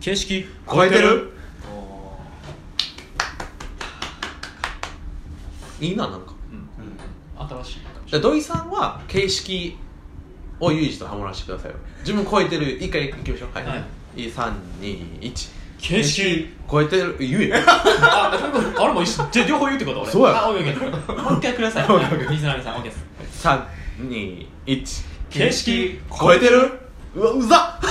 形式超えてるいいななんかうん新しいかもしじゃあ土井さんは形式をユージとハモらせてくださいよ自分超えてる一回いきましょうはい、、はいれ321ない形式超えてる言えよ あそういうことあれも一緒じゃあ両方言うってこと俺そうやあオッケーオッケーもう一回くださいオッケーオッケーリスナーの皆さんオッケーです321形式超えてるうわうざっ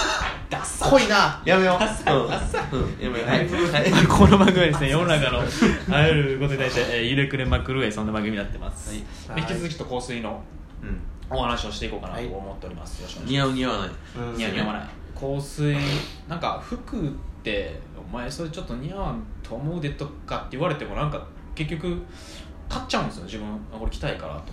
ダッサ濃いなやめようダッサうんダッサうんやめようはいはいまあこの番組はですね世の中のあらゆることに対して、えー、ゆるくれまくるえそんな番組になってます、はい引き続きと香水のうんお話をしていこうかなと思っております、よろしくお願いします似合う似合わないうんいや似合わない香水なんか服ってお前それちょっと似合わんと思うでとかって言われてもなんか結局買っちゃうんですよ自分あこれ着たいからと思っ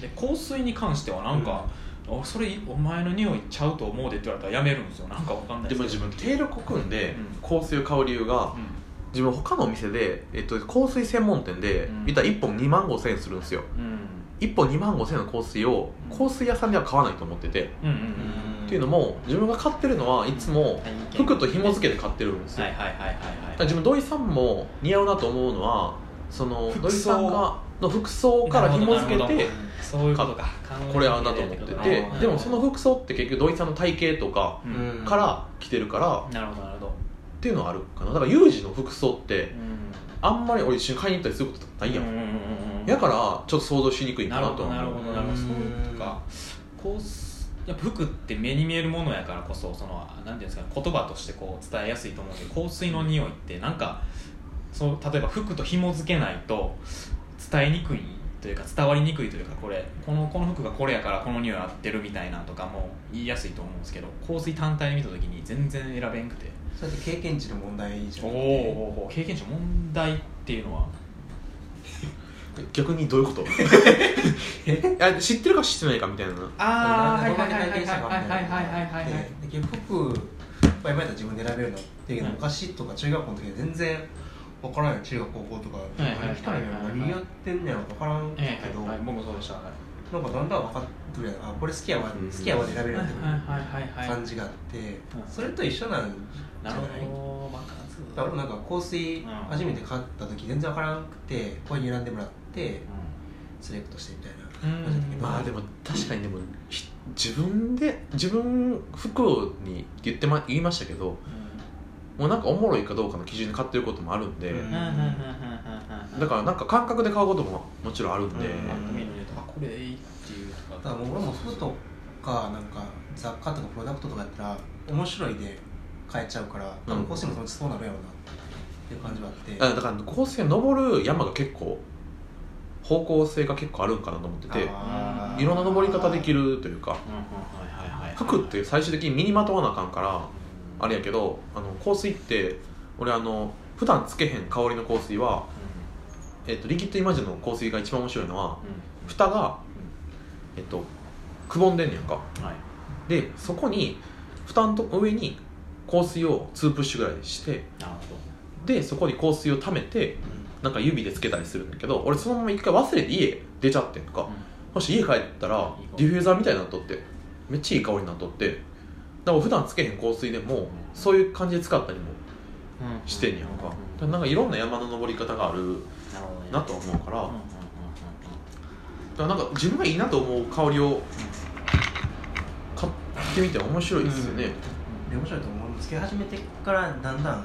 てで香水に関してはなんか、あそれお前の匂いちゃうと思うでって言われたらやめるんですよなんかわかんないでもす自けど分定力を組んで香水を買う理由が自分他のお店で、えっと、香水専門店でうん言ったら1本2万5千円するんですようんうん1本2万5千円の香水をうん香水屋さんでは買わないと思ってて、うんうんうんっていうのも自分が買ってるのはいつもうん服と紐付けて買ってるんですよ、はいはいはいはいだはからい自分土井さんも似合うなと思うのはその土服装井さんがの服装から紐付けなるほどなてるそういうことかこれ合うなと思って考えてなきゃいけないでもその服装って結局土井さんの体型とかうんうんから着てるからなるほどなるほどっていうのはあるかなだからユージの服装ってうんあんまり俺一緒に買いに行ったりすることないやん、うんうんうんうんやからちょっと想像しにくいかなるなほとどはなる思うほどなるほどそううんいうかこうすやっぱ服って目に見えるものやからこそそのなんていうんですかね言葉としてこう伝えやすいと思うけど香水の匂いってなんかそう例えば服と紐付けないと伝えにくいというか伝わりにくいというかこれこのこの服がこれやからこの匂い合ってるみたいなんとかも言いやすいと思うんですけど香水単体で見た時に全然選べんくてそれって経験値の問題じゃおんーおーおー経験者問題っていうのは逆にどういうこと あ知ってるか知ってないかみたいなああはいどこはまいではいは体い験したかわかんはいはいはいはいなはいいはいでで結局、まあ、今やったら自分で選べるのっていうの昔とか中学校の時は全然分からんよ中学高校とかいはいはいはい来たんや何やってんねやろ分からんけええど、はい、僕もそうでしたはいなんかだんだん分かってくるやんあこれ好きやわ、うん好きやわで選べるやんってはいはい感じがあって、それと一緒なんじゃなないるほど爆発だから俺もなんか香水ん初めて買った時全然分からんくてこれに選んでもらってセレクトしてみたいな感じだったけうんどまあでも確かにでもひ自分で自分服にって言って、ま、言いましたけどもうなんかおもろいかどうかの基準で買ってることもあるんで、うんだからなんか感覚で買うことももちろんあるんで、うんあこれいいっていうとだからもう俺も服とかなんか雑貨とかプロダクトとかやったら面白いで買えちゃうから多分香水もそのうちそうなるやろうなっていう感じはあって、あだから高専登る山が結構方向性が結構あるんかなと思っててあーいろんな登り方できるというか服って最終的に身にまとわなあかんからあれやけどあの香水って俺あの普段つけへん香りの香水は、えっとリキッドイマジンの香水が一番面白いのは蓋が、えっとくぼんでんねやんかでそこに蓋のと上に香水を2プッシュぐらいしてでそこに香水を溜めてなんか指でつけたりするんだけど俺そのまま一回忘れて家出ちゃってんか、もし家帰ったらいい香りディフューザーみたいになっとってめっちゃいい香りになっとってだから普段つけへん香水でもそういう感じで使ったりもしてんやんかだからなんかいろんな山の登り方があるなとは思うからだからなんか自分がいいなと思う香りを買ってみて面白いですよねで面白いと思うつけ始めてからだんだん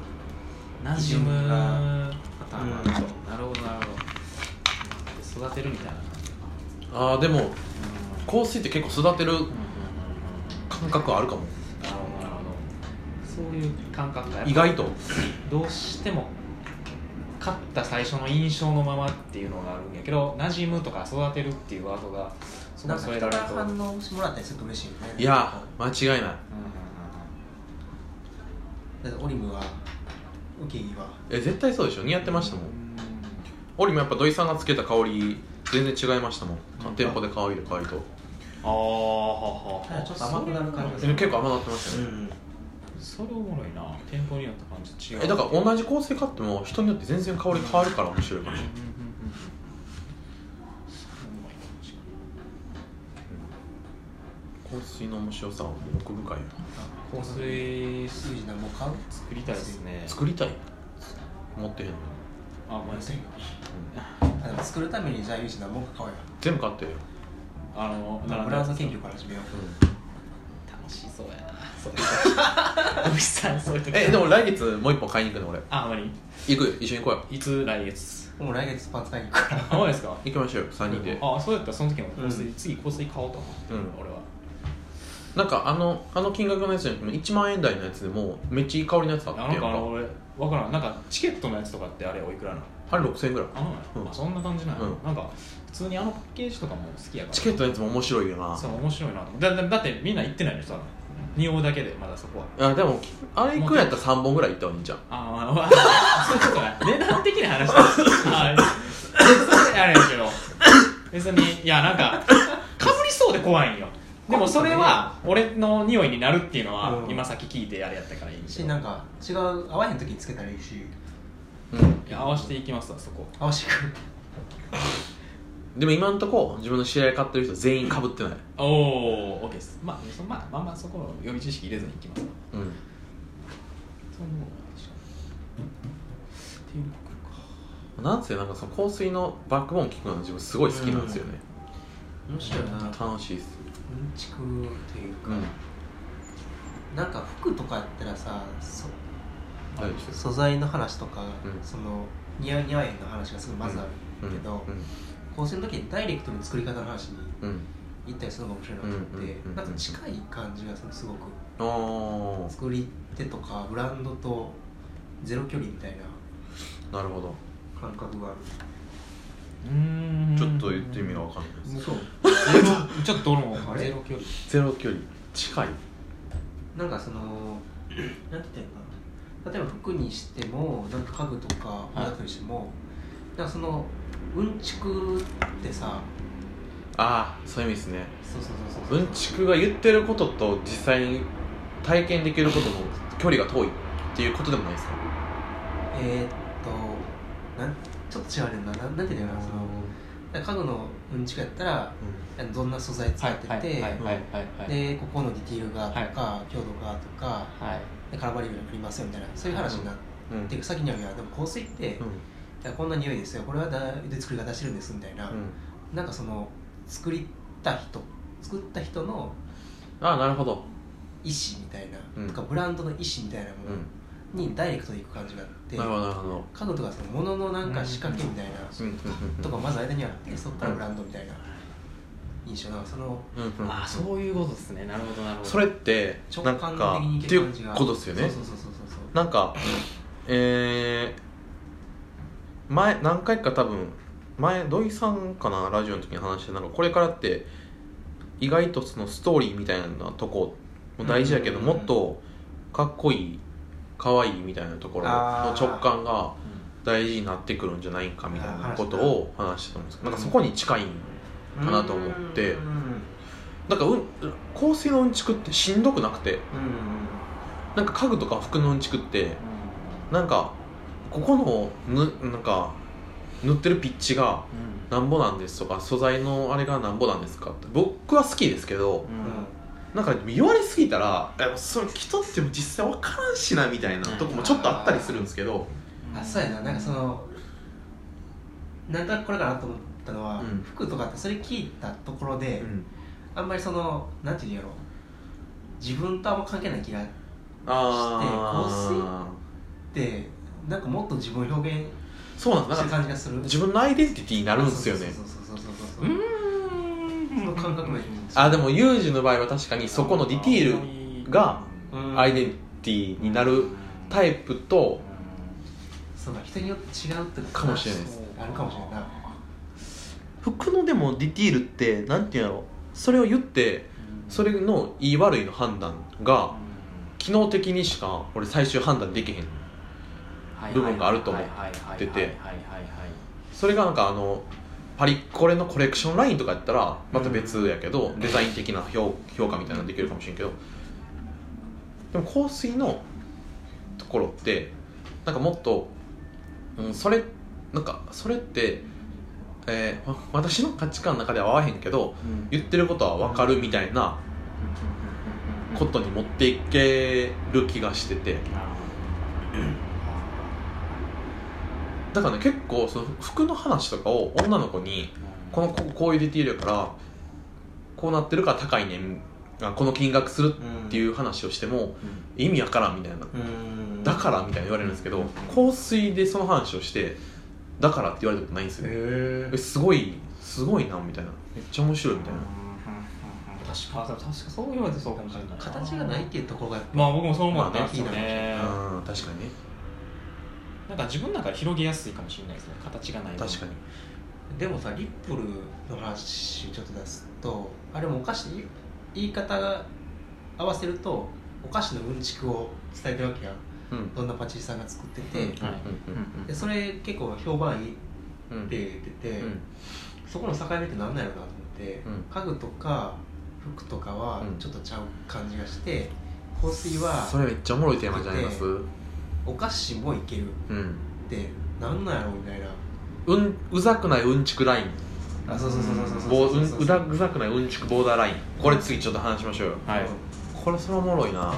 馴染むパターンがあると、うなるほどなるほど育てるみたいな、ああでもう香水って結構育てるん、な感覚はあるかもるほどなるほどそういう感覚がやっぱ意外とどうしても勝った最初の印象のままっていうのがあるんやけど馴染むとか育てるっていうワードがすごないんか添え人かられらるとうんうんうん反応してもらったりすると嬉しいよねいや間違いないだってオリムはウキギはえ絶対そうでしょ似合ってましたもん俺もやっぱ土井さんがつけた香り全然違いましたもん店舗で香りる香りとあーははただちょっと甘くなる感じがすでるも結構甘なってましたね、んそれおもろいな店舗によって感じ違うえだから同じ香水買っても人によって全然香り変わるから面白いかもうんうんうんうんうんそううまいかもしれない香水の面白さは奥深いよ香水スイージ何も買う作りたいですねな作りたい持ってへんのにあごめんなさいあでも作るためにじゃあユージ何も買おうよ全部買ってよ、あのブランド研究から始めよう楽しそうやなそういう時おじさん そういう時えでも来月もう一本買いに行くの俺ああまり行くよ一緒に行こうよいつ来 月もう来月パンツ買いに行くからあまりですか行きましょうよ3人であそうやったらその時も香水、うん次香水買おうと思って、うん俺はなんかあのあの金額のやつじゃなくても1万円台のやつでもめっちゃいい香りのやつあっあなてんやんかあのか俺分からんなんかチケットのやつとかってあれおいくらなのあれ6000円ぐらいあのね、うんあそんな感じなんや、うんなんか普通にあのパッケージとかも好きやからチケットのやつも面白いよなそう面白いなと思ってだだだってみんな行ってないのさ匂うだけでまだそこはあでもあれ行くんやったら3本ぐらい行った方がいいんじゃんあーまあ、そういうことか値段的な話だはいそれあれやけど別にいやなんかかぶりそうで怖いんよでもそれは俺の匂いになるっていうのはうん今さっき聞いてあれやったからいいんでしなんか違う合わへん時につけたらいいしうんいや合わせていきますわそこ合わせてくるでも今のとこ自分の知り合い買ってる人全員かぶってないおおオッケーですまあそまあまあまあそこの予備知識入れずにいきますわうそんんなもんでしょ手袋かなんせなんかその香水のバックボーン聞くの自分すごい好きなんですよね、面白いなうん楽しいっす、ちくっていうか、なんか服とかやったらさそ大丈夫です素材の話とか、うんその似合い似合えんの話がすごいまずあるうんけど、構成の時にダイレクトに作り方の話にうん、うん、行ったりするのが面白いなと思って、うんうんうんうんなんか近い感じがするすごくあー作り手とかブランドとゼロ距離みたいななるほど感覚があるうーんちょっと言ってみようわかんないです そうゼロちょっと俺もあれゼロ距離ゼロ距離近いなんかそのなんて言ったらいいのかな例えば服にしてもなんか家具とかいだったりしても、なんかそのうんちくってさああそういう意味ですねそうそうそうそううんちくが言ってることと実際に体験できることの距離が遠いっていうことでもないですかえー、っとなんちょっと違うねんななんなんて言うんだろうなそのなんか家具のうんちくやったらあのどんな素材使ってて、はいはいでここのディティールがとか、強度がとかはいでカラーバリューがありますよみたいなそういう話になっうんうんていく先にはいやでも香水って、こんな匂いですよこれはだで作り方してるんですみたいな、うんうんなんかその作りた人作った人のああなるほど意思みたいな、うんとかブランドの意思みたいなうもんのにダイレクトに行く感じがあって、なるほどなるほど家具とかその物のなんか仕掛けみたいな、うんうんうんとかまず間にあってそこからブランドみたいな印象なそのうんうんああそういうことですねなるほどなるほどそれって直なん感か的にいっけている感じうがことですよねそうそうそうそうそうなんかえー、前何回か多分前土井さんかなラジオの時に話してなんかこれからって意外とそのストーリーみたいなとこも大事やけど、うんうんうんもっとかっこいい可愛いみたいなところのあー直感が大事になってくるんじゃないかみたいなことを話してたんですけどなんかそこに近いかなと思ってうんうんなんか、うん、香水のうんちくってしんどくなくてなんか家具とか服のうんちくってなんかここのぬなんか塗ってるピッチがうなんぼなんですとか素材のあれがなんぼなんですかって僕は好きですけどんうんなんか言われすぎたらえそれ着とっても実際わからんしなみたいなとこもちょっとあったりするんですけどあそうやななんかそのなんとなくこれかなと思ったのは、うん服とかってそれ聞いたところで、うんあんまりそのなんていうんやろ自分とあんま関係ない気があっあてなんかもっと自分を表現あそうなんでしすてなんるか感じがする自分のアイデンティティになあるんですよねそうそうそうそうそううそうーんその感覚もいいあでもユージの場合は確かにそこのディティーールがうんルアイデンティティになるタイプとそうだ人によって違うってことかもしれないですあるかもしれないな服のでもディティールってなんていうんやろそれを言ってそれの良い悪いの判断が機能的にしか俺最終判断できへん部分があると思っててそれがなんかあのパリコレのコレクションラインとかやったらまた別やけど、デザイン的な評評価みたいなのできるかもしれんけどでも香水のところってなんかもっと、うん、それなんかそれって、えーわ私の価値観の中では合わへんけど言ってることは分かるみたいなことに持っていける気がしててだからね結構その服の話とかを女の子にこのここういうディティールやからこうなってるから高いねんあこの金額するっていう話をしても意味わからんみたいなうんだからみたいに言われるんですけうどん香水でその話をしてだからって言われたことないんですよねへえすごいすごいなみたいなめっちゃ面白いみたいな確か確かそう言われてそうかもしれない形がないっていうところがやっぱまあ僕もそう思ったんですよまあね、うん確かにねなんか自分の中で広げやすいかもしれないですね形がない分確かにでもさリップルの話ちょっと出すとあれもお菓子言い方が合わせるとお菓子のうんちくを伝えてるわけやんうんどんなパチリさんが作ってて、うんはいでそれ結構評判いいっうんうんて言ってて、うんそこの境目ってなんなんやろうなと思って、うん家具とか服とかはうんちょっとちゃう感じがして、香水はそれめっちゃおもろいテーマじゃないですうお菓子もいけるっんてなんなんやろうみたいなうんうざくないうんちくラインあそうそうそうそうそうそうボーうんうざうざくないうんちくボーダーラインこれ次ちょっと話しましょうよはいこれそれおもろいな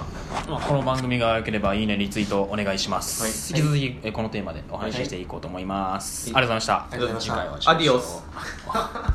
まあ、この番組が良ければいいねリツイートお願いします、はい引き続きえこのテーマでお話ししていこうと思います、ありがとうございましたありがとうございました次回はアディオス